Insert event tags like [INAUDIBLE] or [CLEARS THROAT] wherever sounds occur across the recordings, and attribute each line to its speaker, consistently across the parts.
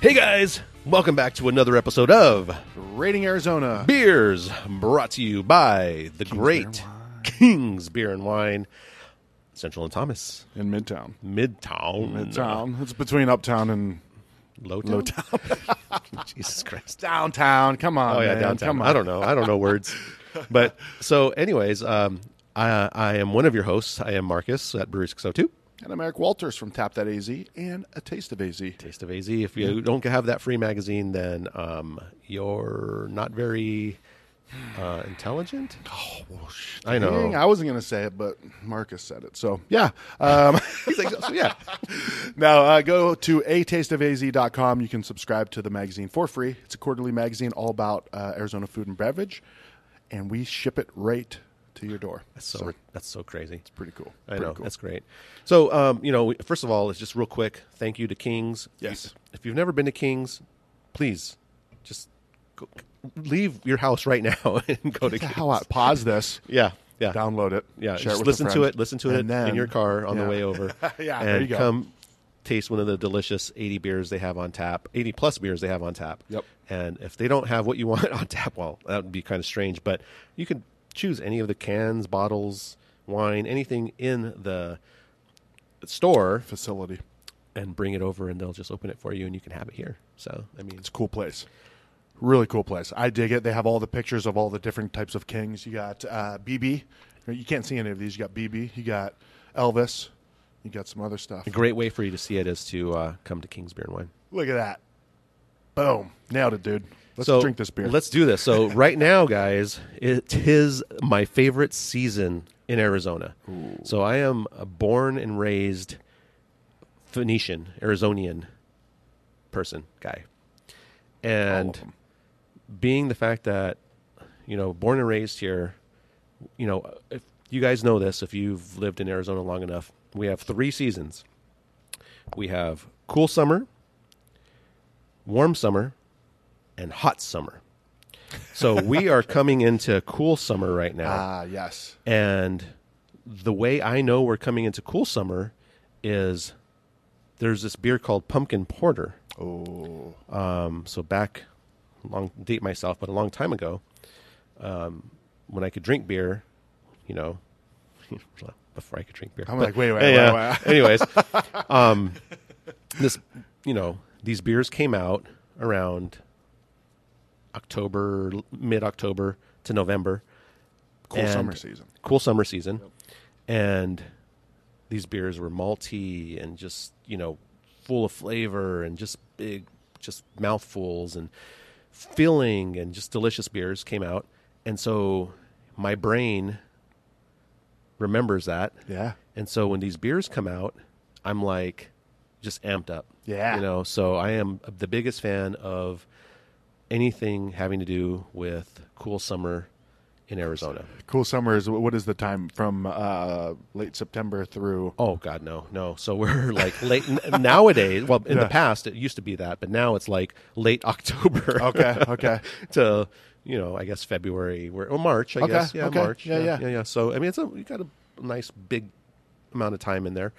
Speaker 1: Hey guys, welcome back to another episode of
Speaker 2: Rating Arizona.
Speaker 1: Beers brought to you by the great King's Beer and Wine, Central and Thomas,
Speaker 2: in Midtown.
Speaker 1: Midtown,
Speaker 2: Midtown. It's between Uptown and
Speaker 1: Lowtown. [LAUGHS] Jesus Christ.
Speaker 2: Downtown. Come on.
Speaker 1: Oh yeah,
Speaker 2: man.
Speaker 1: downtown.
Speaker 2: Come on.
Speaker 1: I don't know. I don't know words. But so, anyways, um, I, I am one of your hosts. I am Marcus at Brewery 602.
Speaker 2: And I'm Eric Walters from Tap That AZ and A Taste of AZ.
Speaker 1: Taste of AZ. If you don't have that free magazine, then um, you're not very uh, intelligent. Oh, I know.
Speaker 2: Dang, I wasn't going to say it, but Marcus said it. So, yeah. Um, [LAUGHS]
Speaker 1: He's like, so, yeah.
Speaker 2: now, uh, go to atasteofaz.com. You can subscribe to the magazine for free. It's a quarterly magazine all about uh, Arizona food and beverage, and we ship it right to your door. That's
Speaker 1: So, that's so crazy. It's
Speaker 2: pretty cool.
Speaker 1: I
Speaker 2: Pretty
Speaker 1: know
Speaker 2: cool.
Speaker 1: that's great. So, um, you know, first of all, it's just real quick. Thank you to Kings.
Speaker 2: Yes.
Speaker 1: If you've never been to Kings, please just go, leave your house right now [LAUGHS] and go to Kings.
Speaker 2: How I pause this.
Speaker 1: Yeah, yeah,
Speaker 2: download it.
Speaker 1: yeah.
Speaker 2: share it
Speaker 1: just
Speaker 2: with a
Speaker 1: listen to
Speaker 2: friend,
Speaker 1: it. Listen to
Speaker 2: and
Speaker 1: it
Speaker 2: then-
Speaker 1: in your car on
Speaker 2: yeah.
Speaker 1: the way over.
Speaker 2: [LAUGHS] Yeah,
Speaker 1: and
Speaker 2: there you go.
Speaker 1: come taste one of the delicious eighty beers they have on tap, eighty plus beers they have on tap.
Speaker 2: Yep.
Speaker 1: And if they don't have what you [LAUGHS] want on tap, well, that would be kind of strange. But you can choose any of the cans, bottles, wine, anything in the store
Speaker 2: facility.
Speaker 1: and bring it over and they'll just open it for you and you can have it here. So, I mean,
Speaker 2: It's a cool place. Really cool place. I dig it. They have all the pictures of all the different types of kings. You got uh, BB. You can't see any of these. You got BB. You got Elvis. You got some other stuff.
Speaker 1: a great way for you to see it is to uh, come to King's Beer and Wine.
Speaker 2: Look at that. Boom. Nailed it, dude. Let's
Speaker 1: so
Speaker 2: drink this beer.
Speaker 1: Let's do this.
Speaker 2: [LAUGHS]
Speaker 1: So right now, guys, it is my favorite season in Arizona. So I am a born and raised Phoenician, Arizonian person, guy. And being the fact that, you know, born and raised here, you know, if you guys know this, if you've lived in Arizona long enough, we have three seasons. We have cool summer, warm summer, and hot summer. So we are coming into cool summer right now.
Speaker 2: Ah, yes.
Speaker 1: And the way I know we're coming into cool summer is there's this beer called pumpkin porter.
Speaker 2: Oh,
Speaker 1: Um, so back, long date myself, but a long time ago, um, when I could drink beer, you know, [LAUGHS] before I could drink beer.
Speaker 2: I'm
Speaker 1: But-
Speaker 2: like, wait, wait,
Speaker 1: yeah. [LAUGHS]
Speaker 2: wait, wait. [LAUGHS]
Speaker 1: Anyways, um, this, you know, these beers came out around October, mid October to November
Speaker 2: cool
Speaker 1: And-
Speaker 2: summer season.
Speaker 1: cool summer season, and these beers were malty and just you know full of flavor and just big, just mouthfuls and filling and just delicious beers came out, and so my brain remembers that,
Speaker 2: Yeah.
Speaker 1: and so when these beers come out, I'm like just amped up,
Speaker 2: Yeah.
Speaker 1: you know. So I am the biggest fan of anything having to do with cool summer in Arizona.
Speaker 2: Cool summer is what is the time from uh, late September through?
Speaker 1: Oh God, no, no. So we're [LAUGHS] like late n- nowadays. Well, in
Speaker 2: Yeah.
Speaker 1: the past it used to be that, but now it's like late [LAUGHS] October
Speaker 2: Okay,
Speaker 1: [LAUGHS]
Speaker 2: okay.
Speaker 1: to you know, I guess February or, or March. I
Speaker 2: Okay,
Speaker 1: guess yeah,
Speaker 2: okay.
Speaker 1: March.
Speaker 2: Yeah,
Speaker 1: yeah,
Speaker 2: yeah.
Speaker 1: yeah, yeah. So I mean, it's a you got a nice big amount of time in there.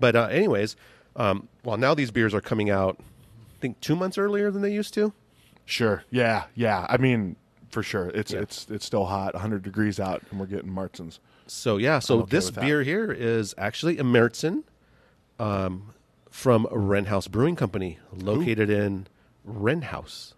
Speaker 1: But uh, anyways, um, well, now these beers are coming out. I think two months earlier than they used to.
Speaker 2: Sure. Yeah. Yeah. I mean, for sure. It's
Speaker 1: Yeah.
Speaker 2: it's it's still hot. 100 degrees out, and we're getting Martins.
Speaker 1: So yeah, so
Speaker 2: I'm okay
Speaker 1: this
Speaker 2: with that.
Speaker 1: beer here is actually a Meritzen, um, from Renhouse Brewing Company, located in Renhouse.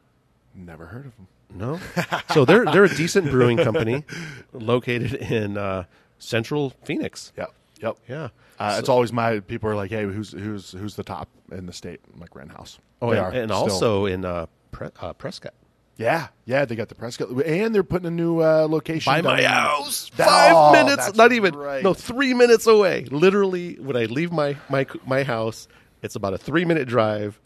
Speaker 2: Never heard of them.
Speaker 1: No.
Speaker 2: [LAUGHS]
Speaker 1: So they're they're a decent brewing company located in uh, Central Phoenix.
Speaker 2: Yep. Yep.
Speaker 1: Yeah.
Speaker 2: Uh, it's always my people are like, hey, who's who's who's the top in the state? I'm like Renhouse.
Speaker 1: Oh,
Speaker 2: They
Speaker 1: and,
Speaker 2: are
Speaker 1: and
Speaker 2: still.
Speaker 1: also in uh, Pre- uh, Prescott.
Speaker 2: yeah, yeah, they got the Prescott, and they're putting a new uh, location down in- That-
Speaker 1: five
Speaker 2: oh,
Speaker 1: minutes,
Speaker 2: that's
Speaker 1: not even
Speaker 2: right.
Speaker 1: no, three minutes away. Literally, when I leave my my my house, it's about a three minute drive,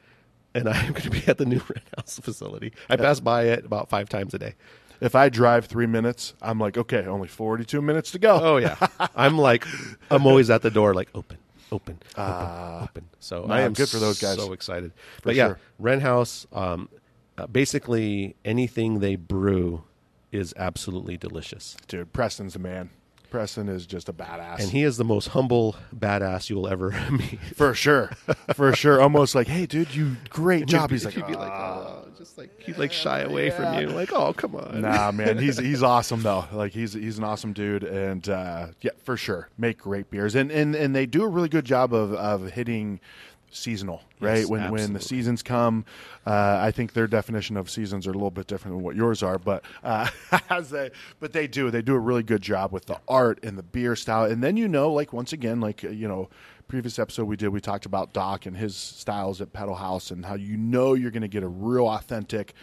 Speaker 1: and [LAUGHS] I'm going to be at the new Renhouse facility. I pass by it about five times a day.
Speaker 2: If I drive three minutes, I'm like, okay, only 42 minutes to go.
Speaker 1: Oh yeah, [LAUGHS] I'm like I'm always at the door, like open, open, open, open. So I
Speaker 2: nah,
Speaker 1: am
Speaker 2: Ah. good for those guys.
Speaker 1: So excited, but yeah,
Speaker 2: sure.
Speaker 1: Renhouse. Um, uh, basically anything they brew is absolutely delicious.
Speaker 2: Dude, Preston's the man. Preston is just a badass.
Speaker 1: and he is the most humble badass you will ever [LAUGHS] meet.
Speaker 2: for sure. For sure. Almost like, hey, dude, you great job. He's like,
Speaker 1: he'd be like,
Speaker 2: "Ah."
Speaker 1: oh, just like he'd like shy away from you, like, oh, come on.
Speaker 2: nah, man, he's he's awesome though. Like he's he's an awesome dude, and uh, yeah, for sure, make great beers, and and and they do a really good job of of hitting seasonal, right?
Speaker 1: Yes,
Speaker 2: when when
Speaker 1: absolutely.
Speaker 2: the seasons come, uh, I think their definition of seasons are a little bit different than what yours are, but uh, [LAUGHS] as they but they do they do a really good job with the art and the beer style, and then you know, like once again, like uh, you know. Previous episode we did, we talked about Doc and his styles at Pedal House, and how you know you're going to get a real authentic,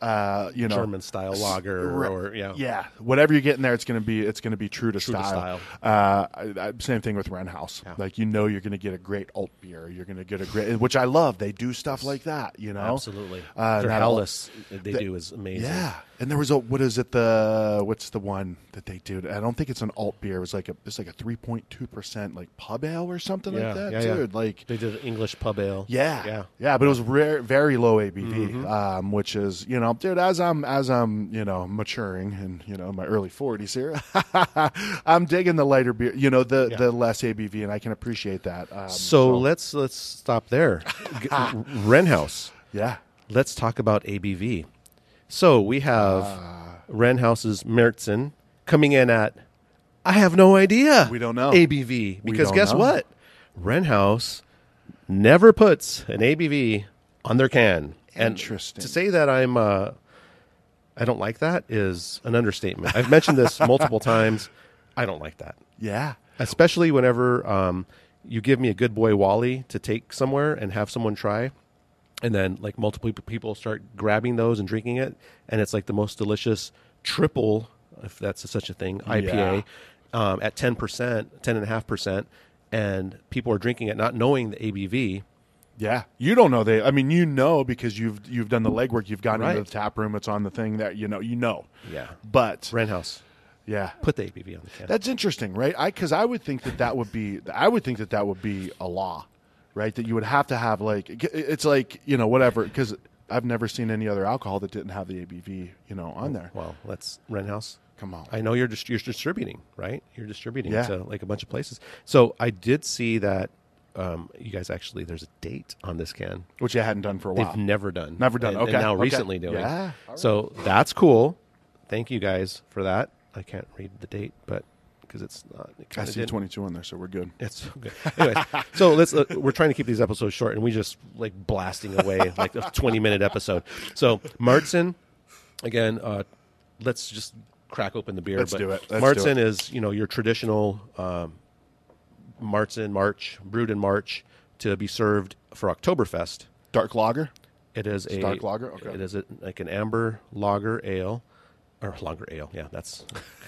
Speaker 2: uh, you know,
Speaker 1: German style lager
Speaker 2: Right.
Speaker 1: or yeah.
Speaker 2: yeah, whatever you get in there, it's gonna be it's gonna be true to
Speaker 1: to
Speaker 2: style. Uh, I, I, same thing with Renhouse. Like you know, you're gonna get a great alt beer. You're gonna get a great, which I love. They do stuff like that. You know,
Speaker 1: Absolutely.
Speaker 2: Uh,
Speaker 1: Their
Speaker 2: not
Speaker 1: Hellas they do is amazing.
Speaker 2: Yeah, and there was a what is it the what's the one that they do? I don't think it's an alt beer. It was like a it's like a three point two percent like pub ale or something
Speaker 1: Yeah,
Speaker 2: like that,
Speaker 1: yeah, yeah.
Speaker 2: dude. Like
Speaker 1: They did an English pub ale.
Speaker 2: yeah,
Speaker 1: Yeah. Mm-hmm.
Speaker 2: but it was rare, very low ABV, um, which is you know, dude. As I'm as I'm you know maturing and you know my early forties here, [LAUGHS] I'm digging the lighter beer, you know, the the less ABV, and I can appreciate that. Um,
Speaker 1: So let's let's stop [LAUGHS] there. G- Renhouse.
Speaker 2: yeah,
Speaker 1: Let's talk about ABV. So we have
Speaker 2: Ah.
Speaker 1: Renhouse's Mertzen coming in at I have no idea.
Speaker 2: We don't know.
Speaker 1: ABV because
Speaker 2: don't
Speaker 1: guess
Speaker 2: know.
Speaker 1: what? Renhouse never puts an ABV on their can. And
Speaker 2: Interesting.
Speaker 1: to say that I'm uh, I don't like that is an understatement. I've mentioned this
Speaker 2: [LAUGHS]
Speaker 1: multiple times. I don't like that
Speaker 2: yeah,
Speaker 1: especially whenever um, you give me a good boy Wally to take somewhere and have someone try, and then like multiple pe- people start grabbing those and drinking it, and it's like the most delicious triple, if that's such a thing, IPA um, at ten percent, ten and a half percent, and people are drinking it not knowing the ABV.
Speaker 2: yeah. You don't know they. I mean, you know because you've you've done the legwork. You've gone into
Speaker 1: Right.
Speaker 2: the tap room. It's on the thing that you know. You know.
Speaker 1: Yeah,
Speaker 2: But
Speaker 1: Renhouse
Speaker 2: yeah,
Speaker 1: put the ABV on the can.
Speaker 2: That's interesting, right? I because I would think that that would be I would think that that would be a law, right? That you would have to have like it's like you know whatever because I've never seen any other alcohol that didn't have the ABV you know on there.
Speaker 1: well, let's Renhouse.
Speaker 2: Come on,
Speaker 1: I know you're just you're distributing, right? You're distributing
Speaker 2: Yeah.
Speaker 1: to like a bunch of places. So I did see that um, you guys actually there's a date on this can.
Speaker 2: which I hadn't done for a
Speaker 1: They've
Speaker 2: while.
Speaker 1: never done,
Speaker 2: Never done.
Speaker 1: and, and
Speaker 2: Okay.
Speaker 1: now
Speaker 2: Okay.
Speaker 1: recently doing.
Speaker 2: Yeah.
Speaker 1: So that's cool. Thank you guys for that. I can't read the date, but because it's not. It
Speaker 2: I
Speaker 1: kinda
Speaker 2: see
Speaker 1: didn't-
Speaker 2: twenty two on there, so we're good.
Speaker 1: It's good. Anyways, so let's. Uh, we're trying to keep these episodes short, and we just like blasting away like a twenty-minute episode. So Martzen, again, uh, let's just crack open the beer.
Speaker 2: Let's
Speaker 1: but
Speaker 2: do it. Let's
Speaker 1: Martzen
Speaker 2: do
Speaker 1: is you know your traditional um, Martzen March brewed in March to be served for Oktoberfest.
Speaker 2: Dark lager.
Speaker 1: It is a
Speaker 2: dark lager? Okay.
Speaker 1: It is a, like an amber lager ale, or lager ale. Yeah, that's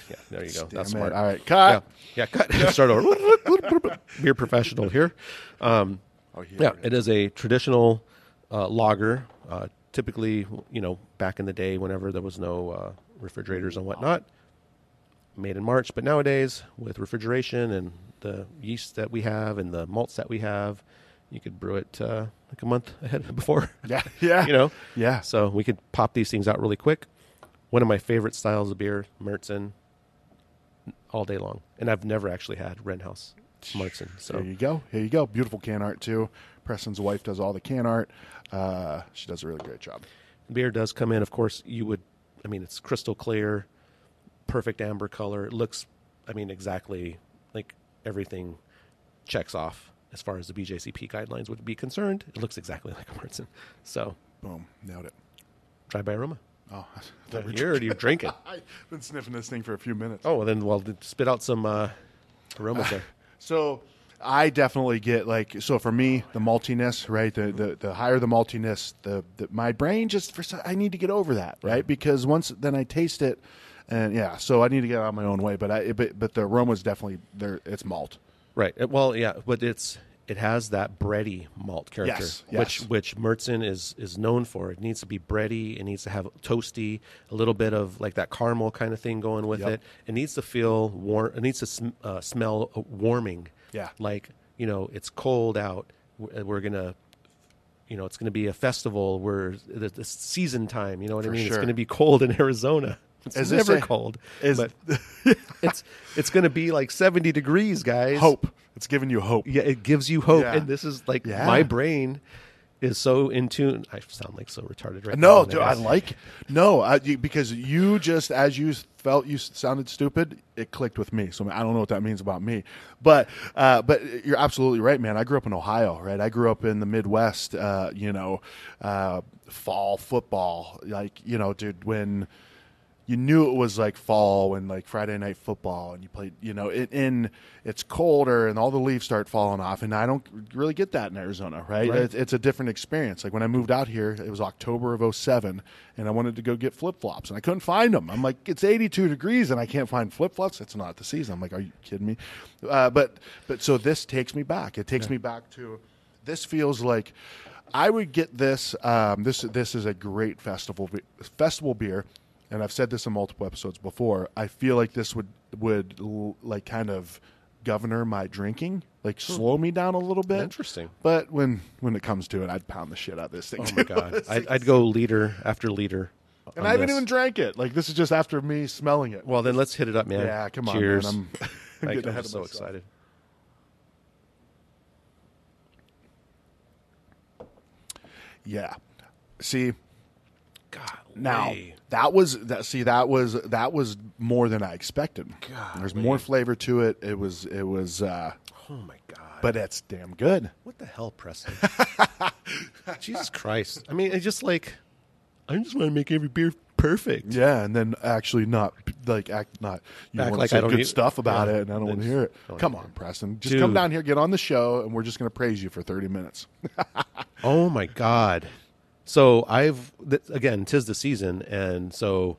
Speaker 1: yeah. There you go.
Speaker 2: Damn
Speaker 1: that's smart.
Speaker 2: it. All right, cut.
Speaker 1: Yeah, yeah. Cut. Start over. Beer professional here. Um,
Speaker 2: Oh, here
Speaker 1: yeah,
Speaker 2: we go.
Speaker 1: it is a traditional uh, lager. Uh, typically, you know, back in the day, whenever there was no uh, refrigerators and whatnot, made in March. But nowadays, with refrigeration and the yeast that we have and the malts that we have, you could brew it uh, like a month ahead [LAUGHS] before.
Speaker 2: Yeah, yeah,
Speaker 1: [LAUGHS] you know.
Speaker 2: yeah.
Speaker 1: So we could pop these things out really quick. One of my favorite styles of beer, Mertzen, all day long. And I've never actually had Renhouse Mertzen.
Speaker 2: There
Speaker 1: So
Speaker 2: you go. Here you go. Beautiful can art too. Preston's wife does all the can art. Uh, she does a really great job.
Speaker 1: beer does come in. Of course, you would, I mean, it's crystal clear, perfect amber color. It looks, I mean, exactly like everything checks off as far as the BJCP guidelines would be concerned. It looks exactly [LAUGHS] like a Mertzen. So
Speaker 2: Boom, nailed it.
Speaker 1: try by aroma.
Speaker 2: Oh, [LAUGHS] I
Speaker 1: You're
Speaker 2: thought we were-
Speaker 1: already drinking.
Speaker 2: I've been sniffing this thing for a few minutes.
Speaker 1: Oh, well, then, well, spit out some uh, aromas there.
Speaker 2: So I definitely get like so for me the maltiness, right? The the, the higher the maltiness, the, the my brain just for some- I need to get over that, right? Because once then I taste it, and yeah, so I need to get out of my own way. But I but, but the aroma's definitely there. It's malt.
Speaker 1: Right. Uh, Well, yeah, but it's it has that bready malt character,
Speaker 2: Yes,
Speaker 1: which
Speaker 2: yes.
Speaker 1: which Mertzen is is known for. It needs to be bready. It needs to have toasty, a little bit of like that caramel kind of thing going with
Speaker 2: Yep.
Speaker 1: it. It needs to feel warm. It needs to sm- uh, smell uh, warming.
Speaker 2: Yeah.
Speaker 1: Like you know, it's cold out. uh, We're, we're gonna. You know, it's going to be a festival where it's season time. You know what I mean? It's
Speaker 2: sure.
Speaker 1: going to be cold in Arizona. It's
Speaker 2: Is this
Speaker 1: never
Speaker 2: a-
Speaker 1: cold.
Speaker 2: is-
Speaker 1: but it's it's going to be like 70 degrees, guys.
Speaker 2: [LAUGHS] hope. It's giving you hope.
Speaker 1: Yeah, it gives you hope.
Speaker 2: Yeah.
Speaker 1: And this is like
Speaker 2: Yeah.
Speaker 1: my brain is so in tune. I sound like so retarded right now.
Speaker 2: No,
Speaker 1: and
Speaker 2: dude, I
Speaker 1: guess-
Speaker 2: like it. no I, you, because you just as you felt you sounded stupid, it clicked with me. So I don't know what that means about me, but uh, but you're absolutely right, man. I grew up in Ohio, right? I grew up in the Midwest. Uh, you know, uh, fall football, like you know, dude, when you knew it was like fall and like Friday night football, and you played, you know, it in it's colder and all the leaves start falling off, and I don't really get that in Arizona, right?
Speaker 1: Right.
Speaker 2: It's, it's a different experience. Like when I moved out here, it was October of 07, and I wanted to go get flip flops, and I couldn't find them. I'm like, it's 82 degrees, and I can't find flip flops. It's not the season. I'm like, are you kidding me? Uh, but but so this takes me back. It takes me back to this feels like I would get this. Um, this this is a great festival be- festival beer, and I've said this in multiple episodes before. I feel like this would would l- like kind of governor my drinking, like slow me down a little bit.
Speaker 1: Interesting.
Speaker 2: But when when it comes to it, I'd pound the shit out of this thing.
Speaker 1: Oh my
Speaker 2: [LAUGHS]
Speaker 1: god! I'd, I'd go leader after leader.
Speaker 2: and
Speaker 1: on
Speaker 2: I haven't
Speaker 1: this.
Speaker 2: even drank it. Like this is just after me smelling it.
Speaker 1: Well, then let's hit it up, man.
Speaker 2: yeah, come on,
Speaker 1: Cheers. [LAUGHS]
Speaker 2: man. I'm, [LAUGHS] I'm
Speaker 1: Like,
Speaker 2: getting
Speaker 1: I'm
Speaker 2: ahead of
Speaker 1: so
Speaker 2: myself.
Speaker 1: excited.
Speaker 2: Yeah. See,
Speaker 1: God,
Speaker 2: Now that was that. See, that was that was more than I expected. There's more flavor to it. It was it was, uh,
Speaker 1: oh my god!
Speaker 2: but it's damn good.
Speaker 1: What the hell,
Speaker 2: [LAUGHS]
Speaker 1: Preston? Jesus Christ! I mean, it's just like I just want to make every beer perfect.
Speaker 2: Yeah, and then actually not like act not you
Speaker 1: Act
Speaker 2: want
Speaker 1: like
Speaker 2: to
Speaker 1: I
Speaker 2: say
Speaker 1: don't
Speaker 2: good
Speaker 1: need-
Speaker 2: stuff about
Speaker 1: yeah,
Speaker 2: it, and I don't
Speaker 1: then
Speaker 2: want to
Speaker 1: just
Speaker 2: hear it.
Speaker 1: don't
Speaker 2: Come
Speaker 1: hear
Speaker 2: on, Preston, just come
Speaker 1: Dude.
Speaker 2: down here, get on the show, and we're just going to praise you for thirty minutes.
Speaker 1: Oh my god! So I've th- again, tis the season, and so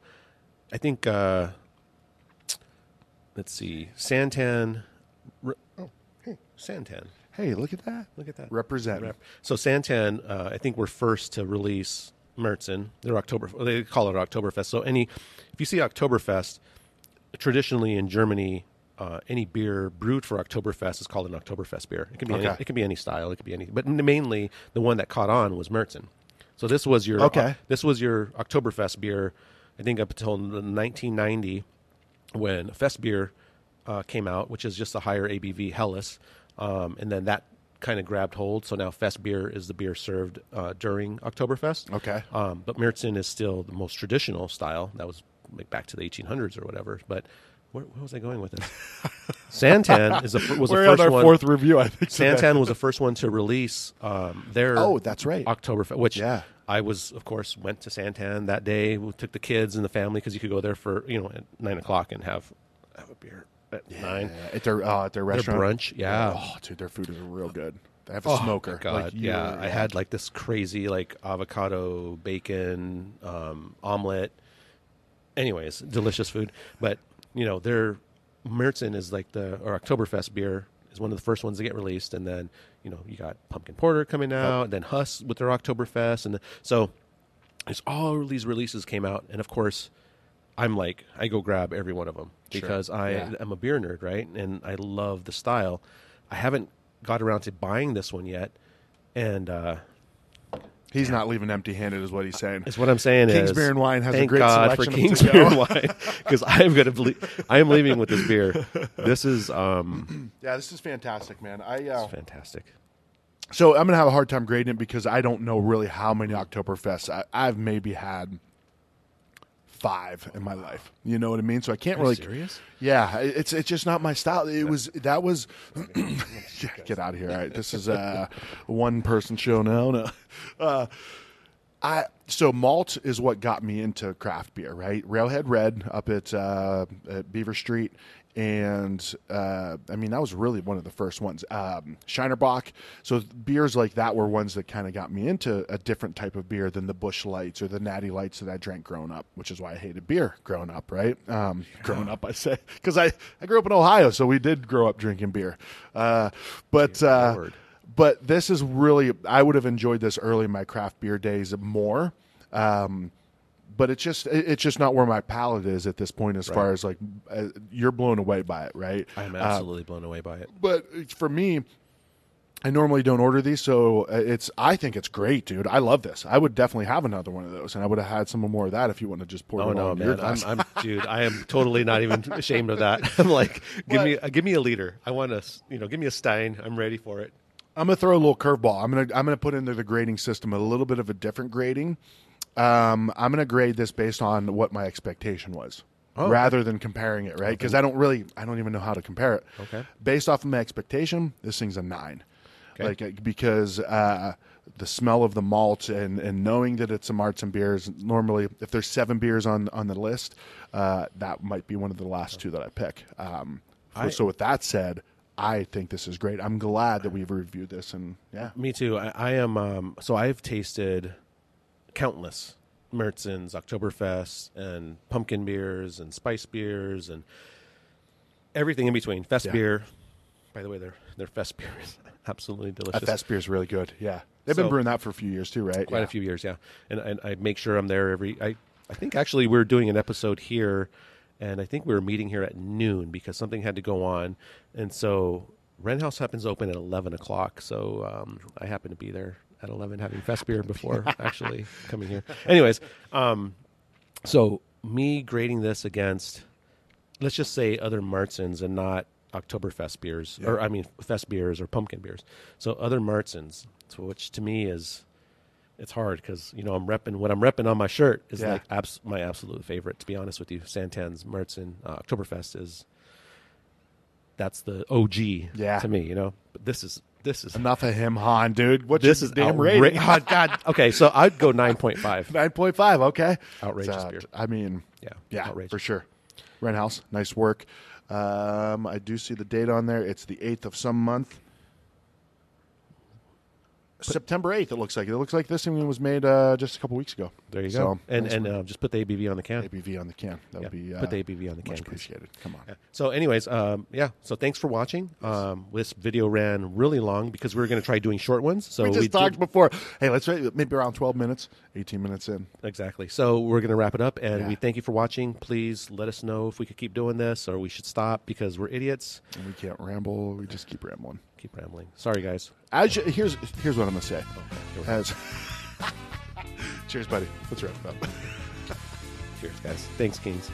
Speaker 1: I think uh let's see, Santan. Re- oh, hey, Santan.
Speaker 2: hey, look at that!
Speaker 1: Look at that.
Speaker 2: Represent.
Speaker 1: Rep- So Santan, uh, I think we're first to release Mertzen. They're October. They call it Oktoberfest. So any, if you see Oktoberfest, traditionally in Germany, uh, any beer brewed for Oktoberfest is called an Oktoberfest beer. It can be any,
Speaker 2: Okay.
Speaker 1: it can be any style. It could be any, but mainly the one that caught on was Mertzen. So this was your
Speaker 2: Okay.
Speaker 1: this was your Oktoberfest beer. I think up until 1990, when Fest beer uh, came out, which is just a higher ABV Helles, um, and then that kind of grabbed hold. So now Fest beer is the beer served uh, during Oktoberfest.
Speaker 2: Okay.
Speaker 1: um, but Märzen is still the most traditional style. That was like back to the 1800s or whatever. But where, where was I going with
Speaker 2: [LAUGHS]
Speaker 1: this? Santan is the fir- was
Speaker 2: We're
Speaker 1: the
Speaker 2: on
Speaker 1: first
Speaker 2: our
Speaker 1: one.
Speaker 2: fourth review, I [LAUGHS] think. today.
Speaker 1: Santan was the first one to release um, their
Speaker 2: Oh, that's right.
Speaker 1: Oktoberfest, which
Speaker 2: Yeah.
Speaker 1: I was of course went to Santan that day. We took the kids and the family because you could go there for you know at nine o'clock and have have a beer at nine.
Speaker 2: Yeah, at their uh, at their restaurant
Speaker 1: brunch, yeah. Oh,
Speaker 2: Oh, dude, their food is real good. They have a smoker.
Speaker 1: God,
Speaker 2: like, you-
Speaker 1: yeah, I had like this crazy like avocado bacon um, omelet. Anyways, delicious food, but you know their Märzen is like the or Oktoberfest beer is one of the first ones to get released, and then you know you got pumpkin porter coming out, and then Huss with their Oktoberfest, and so there's all these releases came out, and of course. I'm like I go grab every one of them
Speaker 2: Sure.
Speaker 1: because I
Speaker 2: Yeah.
Speaker 1: I'm a beer nerd, right? And I love the style. I haven't got around to buying this one yet, and uh,
Speaker 2: He's not leaving empty-handed, is what he's saying.
Speaker 1: is what I'm saying
Speaker 2: King's
Speaker 1: is
Speaker 2: Beer and Wine has a
Speaker 1: thank
Speaker 2: great
Speaker 1: God
Speaker 2: selection
Speaker 1: for
Speaker 2: of
Speaker 1: King's
Speaker 2: to-go.
Speaker 1: Beer and Wine [LAUGHS] because I'm gonna ble- I am leaving with this beer. This is
Speaker 2: [CLEARS THROAT]
Speaker 1: um
Speaker 2: Yeah, this is fantastic, man. I uh,
Speaker 1: fantastic.
Speaker 2: so I'm gonna have a hard time grading it because I don't know really how many Oktoberfests I, I've maybe had five in my life. You know what I mean? So I can't really.
Speaker 1: serious?
Speaker 2: Yeah, it- it's it's just not my style. It was that [LAUGHS] was. [CLEARS THROAT] Yeah, get out of here! All right, this is a one person show now. No. Uh, I so malt is what got me into craft beer, right? Railhead Red up at, uh, at Beaver Street, and uh, I mean that was really one of the first ones. Um, Shinerbach, so beers like that were ones that kind of got me into a different type of beer than the Bush Lights or the Natty Lights that I drank growing up, which is why I hated beer growing up, right? Um, Growing up, I say, because I I grew up in Ohio, so we did grow up drinking beer, uh, but. Uh,
Speaker 1: Lord.
Speaker 2: but this is really I would have enjoyed this early in my craft beer days more. Um, but it's just it- it's just not where my palate is at this point as far as like uh, you're blown away by it, right? Uh,
Speaker 1: I'm absolutely blown away by it.
Speaker 2: But it's- for me, I normally don't order these, so uh, it's. I think it's great, dude. I love this. I would definitely have another one of those, and I would have had some more of that if you wouldn't have just poured
Speaker 1: Oh
Speaker 2: it all
Speaker 1: no,
Speaker 2: into your
Speaker 1: man! I'm,
Speaker 2: glass.
Speaker 1: I'm, dude. I am totally not even ashamed of that. [LAUGHS] I'm like, give me, uh, give me a liter. I want to, you know, give me a Stein. I'm ready for it.
Speaker 2: I'm gonna throw a little curveball. I'm gonna I'm gonna put into the grading system a little bit of a different grading. Um, I'm gonna grade this based on what my expectation was, rather than comparing it, right? Because I don't really I don't even know how to compare it.
Speaker 1: Okay.
Speaker 2: Based off of my expectation, this thing's a nine.
Speaker 1: Okay.
Speaker 2: Like uh, because uh, the smell of the malt and, and knowing that it's a Marts and beers. Normally, if there's seven beers on on the list, uh, that might be one of the last two that I pick. Um,
Speaker 1: I-
Speaker 2: so with that said, I think this is great. I'm glad that we've reviewed this and yeah.
Speaker 1: Me too. I, I am. Um, so I've tasted countless Mertzens, Oktoberfest, and pumpkin beers, and spice beers, and everything in between. Fest
Speaker 2: Yeah.
Speaker 1: beer. By the way, their their fest beer is [LAUGHS] absolutely delicious.
Speaker 2: That fest beer is really good. Yeah. They've been
Speaker 1: So-
Speaker 2: brewing that for a few years too, right?
Speaker 1: quite
Speaker 2: Yeah.
Speaker 1: a few years, yeah. And, and I make sure I'm there every. I I think actually we are doing an episode here, and I think we were meeting here at noon because something had to go on, and so Ren House happens to open at eleven o'clock. So um, I happen to be there at eleven having fest beer before actually coming here. Anyways, um, so me grading this against, let's just say other Martzens and not Oktoberfest beers, or I mean fest beers or pumpkin beers. So other Martzens, so which to me is, it's hard because you know I'm repping what I'm repping on my shirt is
Speaker 2: Yeah.
Speaker 1: like abs- my absolute favorite. To be honest with you, Santan's Martzen uh, Oktoberfest is that's the OG
Speaker 2: Yeah.
Speaker 1: to me. You know, but this is this is
Speaker 2: Enough of him, Han, dude. What's
Speaker 1: this
Speaker 2: your
Speaker 1: is
Speaker 2: damn
Speaker 1: outra-
Speaker 2: rating?
Speaker 1: [LAUGHS] Oh, God, okay, so I'd go nine point five.
Speaker 2: [LAUGHS] Nine point five. Okay.
Speaker 1: Outrageous
Speaker 2: So,
Speaker 1: beer.
Speaker 2: I mean,
Speaker 1: Yeah,
Speaker 2: yeah,
Speaker 1: outrageous.
Speaker 2: for sure. Renhouse, nice work. Um, I do see the date on there. It's the eighth of some month. September eighth. It looks like it looks like this thing was made uh, just a couple weeks ago.
Speaker 1: There you
Speaker 2: So,
Speaker 1: go. And
Speaker 2: nice
Speaker 1: and
Speaker 2: work.
Speaker 1: uh, just put the ABV on the can.
Speaker 2: ABV on the can.
Speaker 1: Yeah,
Speaker 2: That would be uh,
Speaker 1: put the ABV on the can.
Speaker 2: much
Speaker 1: please.
Speaker 2: appreciated. Come on.
Speaker 1: Yeah. So, anyways, um, yeah. So, thanks for watching. Um, this video ran really long because we were going to try doing short ones. So
Speaker 2: We just
Speaker 1: did-
Speaker 2: talked before. Hey, let's wait, maybe around twelve minutes, eighteen minutes in.
Speaker 1: exactly. So we're going to wrap it up, and
Speaker 2: Yeah.
Speaker 1: we thank you for watching. Please let us know if we could keep doing this or we should stop because we're idiots.
Speaker 2: And we can't ramble. We just keep rambling.
Speaker 1: Keep rambling. Sorry, guys.
Speaker 2: As you, here's here's what I'm gonna say.
Speaker 1: here we go.
Speaker 2: As [LAUGHS] cheers, buddy. Let's wrap it up.
Speaker 1: Cheers, guys. Thanks, Kings.